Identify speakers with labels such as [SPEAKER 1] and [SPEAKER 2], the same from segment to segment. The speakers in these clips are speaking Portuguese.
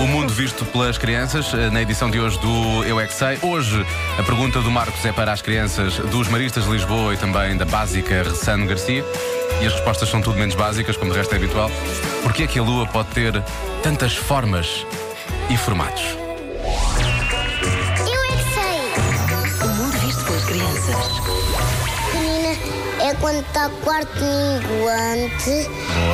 [SPEAKER 1] O mundo visto pelas crianças, eh, na edição de hoje do Eu É Que Sei. Hoje, a pergunta do Marcos é para as crianças dos Maristas de Lisboa e também da básica Ressano Garcia. E as respostas são tudo menos básicas, como de resto é habitual. Porquê é que a Lua pode ter tantas formas e formatos?
[SPEAKER 2] Eu é que sei!
[SPEAKER 3] O mundo visto pelas crianças.
[SPEAKER 2] Menina, é quando está quarto minguante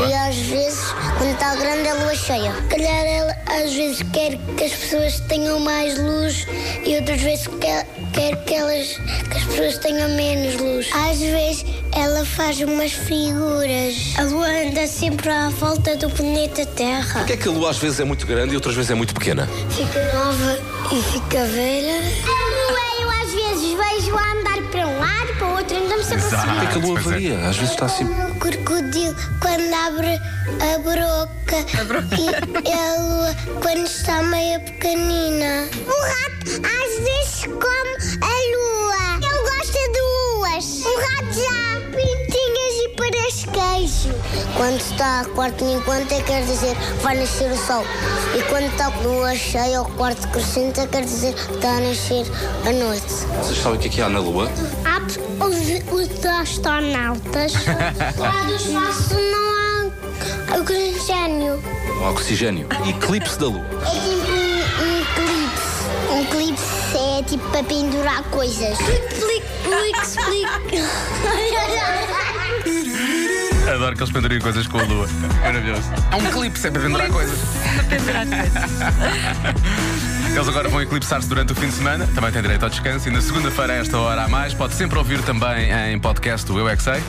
[SPEAKER 2] e às vezes, quando está grande, a lua cheia. Calhar ela às vezes quer que as pessoas tenham mais luz e outras vezes quer, quer que, elas, que as pessoas tenham menos luz. Às vezes ela faz umas figuras. A lua anda sempre à volta do planeta Terra.
[SPEAKER 4] Porquê é que a lua às vezes é muito grande e outras vezes é muito pequena?
[SPEAKER 2] Fica nova e fica velha. A lua eu às vezes vejo-a andar para um lado, para o outro, andamos sempre a
[SPEAKER 1] Exato.
[SPEAKER 2] subir.
[SPEAKER 4] Porquê é que a lua
[SPEAKER 1] Pois é.
[SPEAKER 4] varia? Às vezes está assim.
[SPEAKER 2] O crocodilo, quando abre a broca, E, a lua, quando está meia pequenina. O rato às vezes come a lua. Ele gosta de luas. O rato já há pintinhas e parasquejo. Quando está a quarto enquanto é quer dizer vai nascer o sol. E quando está a lua cheia ou quarto crescente, é quer dizer que está a nascer a noite.
[SPEAKER 4] Vocês sabem o que é que há na lua?
[SPEAKER 2] Há os, os astronautas. Lá do espaço não há oxigênio.
[SPEAKER 4] O oxigênio. Eclipse da lua.
[SPEAKER 2] É tipo um, um clipse. Um clipse é tipo para pendurar coisas. Clique, clique, clique.
[SPEAKER 1] Adoro que eles pendurem coisas com a lua. Maravilhoso. É um clipe sempre a pendurar coisas. Eles agora vão eclipsar-se durante o fim de semana, também têm direito ao descanso e na segunda-feira, a esta hora a mais, pode sempre ouvir também em podcast do Eu É Que Sei.